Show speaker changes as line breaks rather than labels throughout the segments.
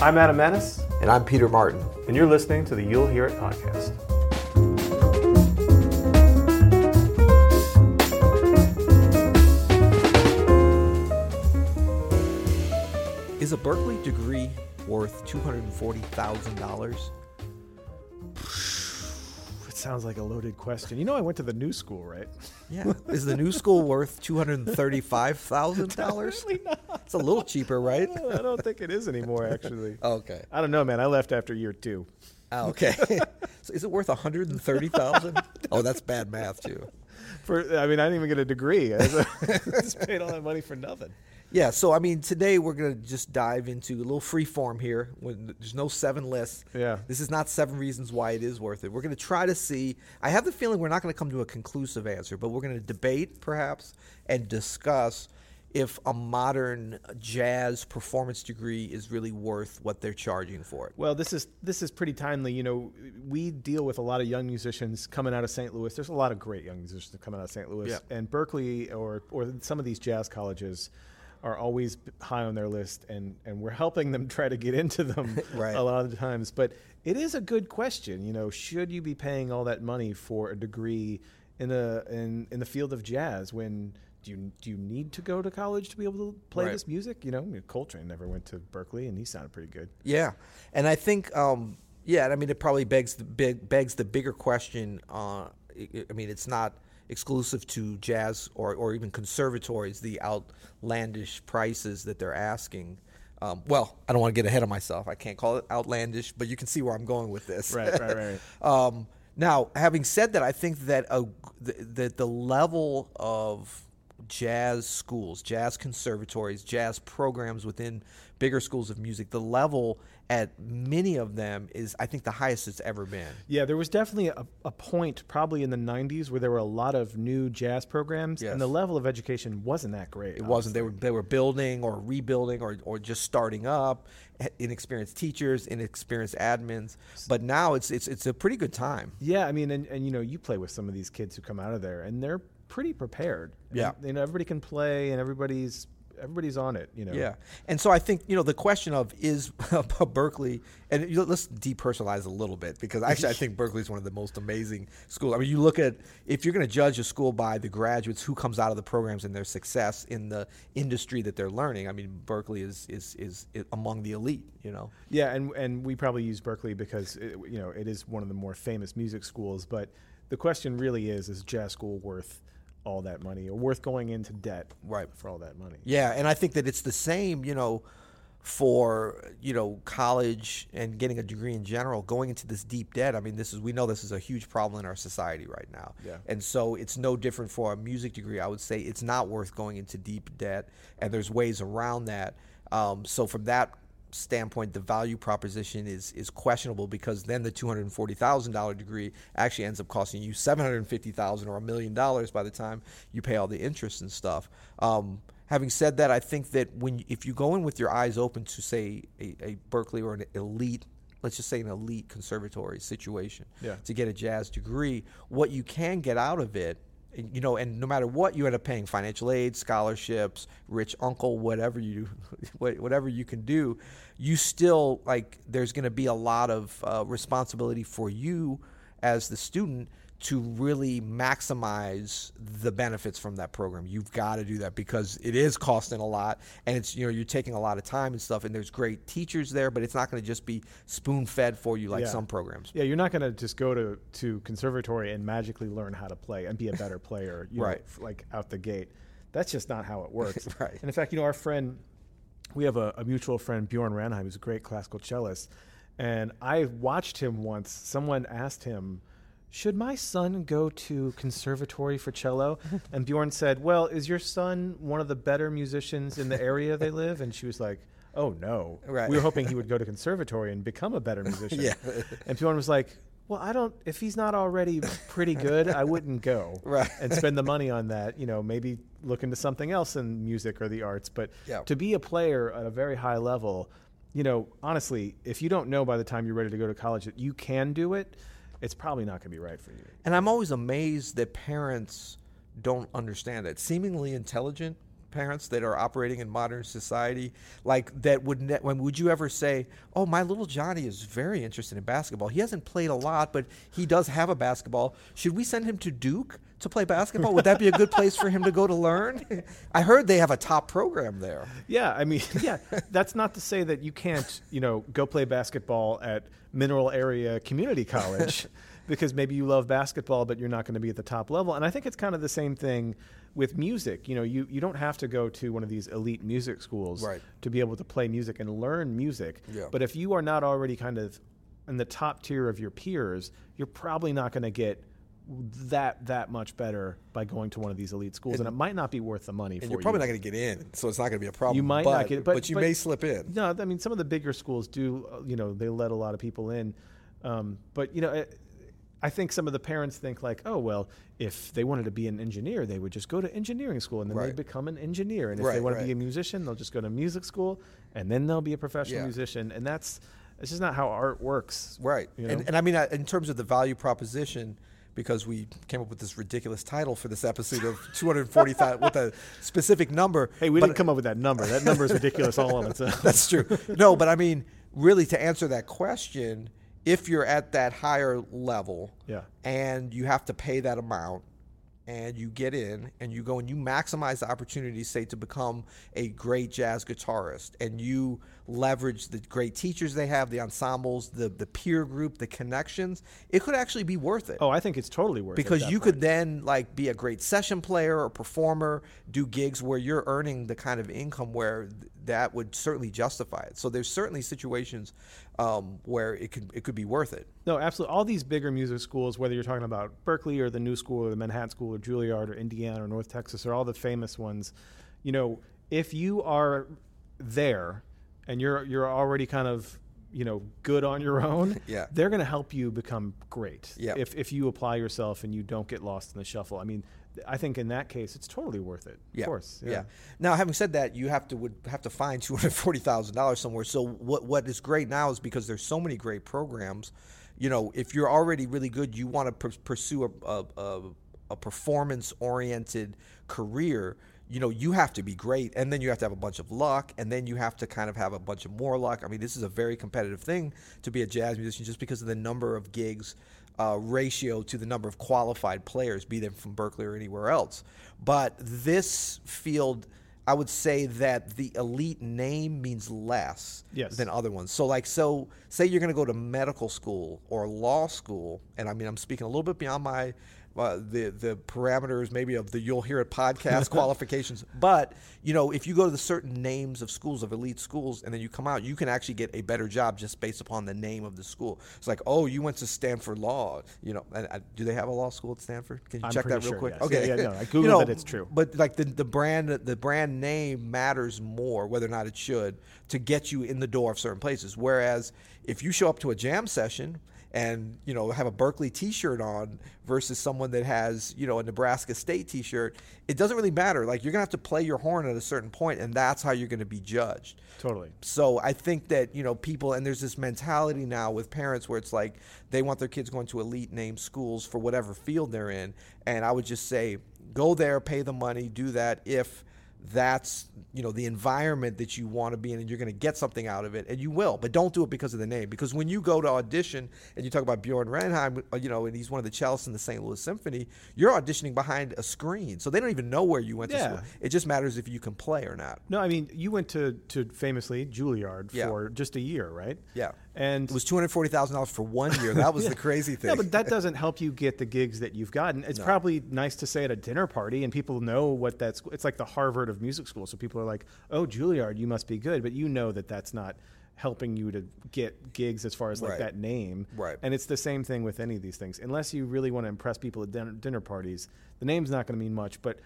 I'm Adam Manis,
And I'm Peter Martin.
and you're listening to the You'll Hear It podcast.
Is a Berkeley degree worth $240,000?
It sounds like a loaded question. You know, I went to the new school, right?
Yeah. Is the new school worth $235,000?
not.
It's a little cheaper, right?
I don't think it is anymore, actually.
Okay.
I don't know, man. I left after year two.
Ah, okay. so is it worth 130,000? Oh, that's bad math too.
For I mean, I didn't even get a degree. I just paid all that money for nothing.
Yeah, so I mean, today we're gonna just dive into a little free form here. When there's no seven lists.
Yeah.
This is not seven reasons why it is worth it. We're gonna try to see. I have the feeling we're not gonna come to a conclusive answer, but we're gonna debate perhaps and discuss if a modern jazz performance degree is really worth what they're charging for it.
Well, this is this is pretty timely. You know, we deal with a lot of young musicians coming out of St. Louis. There's a lot of great young musicians coming out of St. Louis,
Yeah.
and Berkeley or or some of these jazz colleges are always high on their list, and and we're helping them try to get into them
Right.
a lot of the times. But it is a good question. You know, should you be paying all that money for a degree in a in in the field of jazz when do you, do you need to go to college to be able to play
Right.
this music? You know, I mean, Coltrane never went to Berkeley, and he sounded pretty good.
Yeah, and I think um, yeah, and I mean it probably begs the big begs the bigger question. Uh, I I mean it's not exclusive to jazz or or even conservatories the outlandish prices that they're asking. Um, well, I don't want to get ahead of myself. I can't call it outlandish, but you can see where I'm going with this.
Right, right, right.
Um, now, having said that, I think that a, th- that the level of jazz schools, jazz conservatories, jazz programs within bigger schools of music, the level at many of them is, I think, the highest it's ever been.
Yeah, there was definitely a, a point, probably in the 90s, where there were a lot of new jazz programs,
Yes.
and the level of education wasn't that great.
It wasn't. They were they were building or rebuilding or, or just starting up. eh, Inexperienced teachers, inexperienced admins. But now it's it's it's a pretty good time.
Yeah, I mean, and, and you know, you play with some of these kids who come out of there, and they're pretty prepared. I
Yeah.
mean, you know, everybody can play, and everybody's everybody's on it. You know.
Yeah, and so I think you know the question of is Berkeley, and you know, let's depersonalize a little bit because actually I think Berkeley is one of the most amazing schools. I mean, you look at if you're going to judge a school by the graduates who comes out of the programs and their success in the industry that they're learning. I mean, Berkeley is is is, is among the elite. You know,
Yeah, and and we probably use Berkeley because it, you know it is one of the more famous music schools. But the question really is: Is jazz school worth all that money, or worth going into debt
Right.
for all that money?
Yeah, and I think that it's the same, you know, for you know college and getting a degree in general, going into this deep debt. I mean, this is we know this is a huge problem in our society right now.
Yeah.
And so it's no different for a music degree. I would say it's not worth going into deep debt, and there's ways around that. Um, so from that standpoint, the value proposition is is questionable because then the two hundred and forty thousand dollar degree actually ends up costing you seven hundred and fifty thousand or a million dollars by the time you pay all the interest and stuff. Um, having said that, I think that when if you go in with your eyes open to say a, a Berkeley or an elite let's just say an elite conservatory situation
Yeah.
to get a jazz degree, what you can get out of it, and, you know, and no matter what you end up paying, financial aid, scholarships, rich uncle, whatever you, wha- whatever you can do, you still like. There's going to be a lot of uh, responsibility for you as the student to really maximize the benefits from that program. You've got to do that because it is costing a lot and it's you know you're taking a lot of time and stuff and there's great teachers there but it's not going to just be spoon-fed for you like
Yeah.
some programs.
Yeah, you're not going to just go to, to conservatory and magically learn how to play and be a better player, you
Right.
Know, f- like out the gate. That's just not how it works.
Right.
And in fact, you know, our friend, we have a, a mutual friend, Bjorn Ranheim, who's a great classical cellist. And I watched him once. Someone asked him, Should my son go to conservatory for cello? and Bjorn said, Well, is your son one of the better musicians in the area they live? And she was like, Oh, no.
Right.
We were hoping he would go to conservatory and become a better musician.
Yeah.
And Bjorn was like, "Well, I don't. If he's not already pretty good, I wouldn't go
Right.
and spend the money on that. You know, maybe look into something else in music or the arts. But
Yeah.
to be a player at a very high level, you know, honestly, if you don't know by the time you're ready to go to college that you can do it, it's probably not going to be right for you.
And I'm always amazed that parents don't understand that. Seemingly intelligent parents that are operating in modern society like that would ne- when would you ever say oh my little johnny is very interested in basketball he hasn't played a lot but he does have a basketball should we send him to duke to play basketball would that be a good place for him to go to learn i heard they have a top program there
Yeah, I mean, yeah, that's not to say that you can't, you know, go play basketball at Mineral Area Community College because maybe you love basketball but you're not going to be at the top level. And I think it's kind of the same thing with music. You know, you you don't have to go to one of these elite music schools
Right.
to be able to play music and learn music.
Yeah.
But if you are not already kind of in the top tier of your peers, you're probably not going to get that that much better by going to one of these elite schools and, it might not be worth the money for
and you're
you.
probably not going to get in so it's not going to be a problem
You might
but,
not get it, but-
you
but-
may slip in
No, I mean some of the bigger schools do. uh, You know, they let a lot of people in, um, but you know, I, I think some of the parents think like, oh well, if they wanted to be an engineer, they would just go to engineering school and then
Right.
they become an engineer. And if they
Right,
want to
right.
be a musician, they'll just go to music school and then they'll be a professional
Yeah.
musician. And that's it's just not how art works.
Right.
You know?
And, and I mean, I- in terms of the value proposition, because we came up with this ridiculous title for this episode of 240,000 with a specific number.
Hey, we
but-
didn't come up with that number. That number is ridiculous all on its own.
That's true. No, but I mean, really, to answer that question, if you're at that higher level
Yeah.
and you have to pay that amount and you get in and you go and you maximize the opportunity, say, to become a great jazz guitarist and you leverage the great teachers they have, the ensembles, the, the peer group, the connections, it could actually be worth it
Oh, I think it's totally worth it.
because you could then like be a great session player or performer do gigs where you're earning the kind of income where th- that would certainly justify it so there's certainly situations um, where it could it could be worth it
No, absolutely. All these bigger music schools, whether you're talking about Berkeley or the New School or the Manhattan School or Juilliard or Indiana or North Texas or all the famous ones, you know, if you are there and you're you're already kind of you know good on your own,
Yeah.
they're going to help you become great.
Yeah.
If if you apply yourself and you don't get lost in the shuffle, I mean, th- I think in that case it's totally worth it. Of course.
Now, having said that, you have to would have to find two hundred forty thousand dollars somewhere. So what what is great now is because there's so many great programs. You know, if you're already really good, you want to pur- pursue a a, a, a performance oriented career. You know, you have to be great, and then you have to have a bunch of luck, and then you have to kind of have a bunch of more luck. I mean, this is a very competitive thing to be a jazz musician, just because of the number of gigs uh, ratio to the number of qualified players, be them from Berkeley or anywhere else. But this field, I would say that the elite name means less
Yes.
than other ones. So, like, so say you're going to go to medical school or law school, and I mean, I'm speaking a little bit beyond my uh, the the parameters maybe of the you'll hear it podcast qualifications, but you know, if you go to the certain names of schools of elite schools, and then you come out, you can actually get a better job just based upon the name of the school. It's like, oh, you went to Stanford Law, you know, and uh, do they have a law school at Stanford? Can you
I'm
check that real
pretty sure,
quick?
yes. Yeah, yeah, no, I
You
Googled
know,
it, it's true.
but like the, the brand the brand name matters more whether or not it should to get you in the door of certain places whereas if you show up to a jam session and you know have a Berkeley t-shirt on versus someone that has you know a Nebraska State t-shirt it doesn't really matter like you're going to have to play your horn at a certain point and that's how you're going to be judged
Totally.
so I think that you know people, and there's this mentality now with parents where it's like they want their kids going to elite name schools for whatever field they're in, and I would just say go there, pay the money, do that if that's you know the environment that you want to be in and you're going to get something out of it and you will but don't do it because of the name because when you go to audition and you talk about Bjorn Ranheim you know and he's one of the cellists in the St. Louis Symphony you're auditioning behind a screen so they don't even know where you went
Yeah.
to school it just matters if you can play or not
No, I mean, you went to, to famously Juilliard
Yeah.
for just a year, right?
Yeah.
And
It was two hundred forty thousand dollars for one year. That was the crazy thing.
Yeah, but that doesn't help you get the gigs that you've gotten. It's probably nice to say at a dinner party, and people know what that's. It's like the Harvard of music school, so people are like, "Oh, Juilliard, you must be good," but you know that that's not helping you to get gigs as far as like
Right.
that name.
Right.
And it's the same thing with any of these things. Unless you really want to impress people at dinner, dinner parties, the name's not going to mean much. But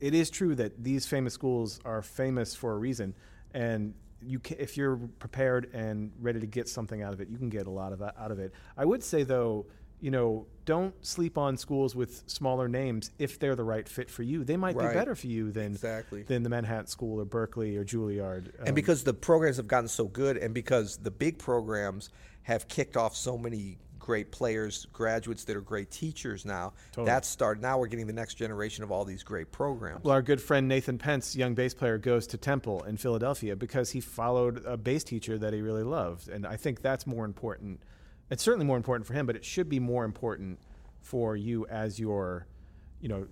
it is true that these famous schools are famous for a reason, and you ca if you're prepared and ready to get something out of it, you can get a lot of out of it. I would say though, you know, don't sleep on schools with smaller names if they're the right fit for you. They might
Right.
be better for you than
Exactly.
than the Manhattan School or Berkeley or Juilliard.
and
Um,
because the programs have gotten so good, and because the big programs have kicked off so many great players, graduates that are great teachers now.
Totally.
That's started. Now we're getting the next generation of all these great programs.
Well, our good friend Nathan Pence, young bass player, goes to Temple in Philadelphia because he followed a bass teacher that he really loved. And I think that's more important. It's certainly more important for him, but it should be more important for you as you're, you know,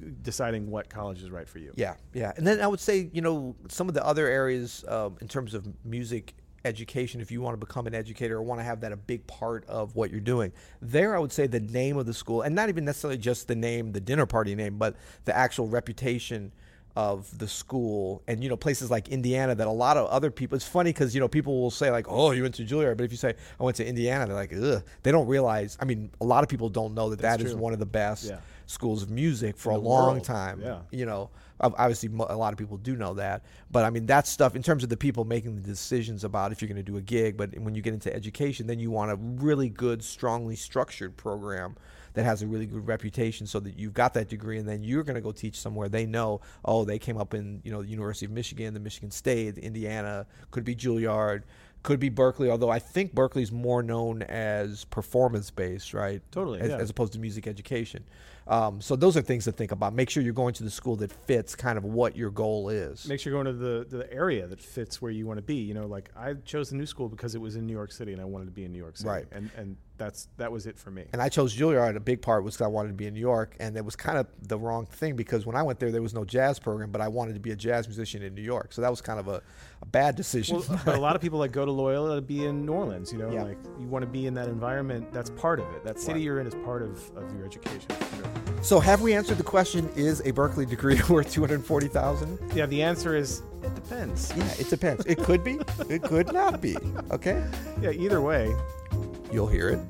g- deciding what college is right for you.
Yeah, yeah. And then I would say, you know, some of the other areas um, in terms of music education, if you want to become an educator or want to have that a big part of what you're doing, there I would say the name of the school, and not even necessarily just the name, the dinner party name, but the actual reputation of the school and you know places like Indiana that a lot of other people it's funny because you know people will say like oh you went to Juilliard but if you say I went to Indiana they're like ugh they don't realize I mean a lot of people don't know that that is one of the best
Yeah.
schools of music for a long
world.
time
Yeah.
you know ob- obviously mo- a lot of people do know that but i mean that stuff in terms of the people making the decisions about if you're going to do a gig but when you get into education then you want a really good strongly structured program that has a really good reputation so that you've got that degree and then you're going to go teach somewhere they know oh they came up in you know the university of michigan the michigan state indiana could be juilliard could be berkeley although i think berkeley's more known as performance based right
Totally,
as,
yeah.
as as opposed to music education. Um, so those are things to think about. Make sure you're going to the school that fits kind of what your goal is.
Make sure you're going to the, the area that fits where you want to be. You know, like I chose the new school because it was in New York City and I wanted to be in New York City.
Right.
And, and that's, that was it for me.
and I chose Juilliard. A big part was 'cause I wanted to be in New York, and it was kind of the wrong thing because when I went there, there was no jazz program, but I wanted to be a jazz musician in New York. So that was kind of a, a bad decision.
Well, but a lot of people like go to Loyola to be in New Orleans. You know,
Yeah.
like you want to be in that environment. That's part of it. That city
Right.
you're in is part of, of your education. for sure.
so have we answered the question? Is a Berkeley degree worth two hundred forty thousand?
Yeah, the answer is it depends.
Yeah, it depends. It could be. It could not be. Okay,
Yeah, either way,
you'll hear it.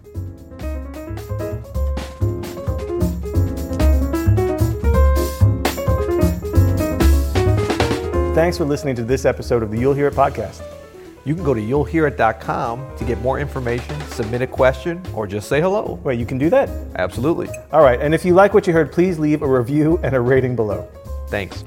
Thanks for listening to this episode of the You'll Hear It podcast.
You can go to you'llhearit.com to get more information, submit a question, or just say hello.
Wait, you can do that?
Absolutely.
All right. And if you like what you heard, please leave a review and a rating below.
Thanks.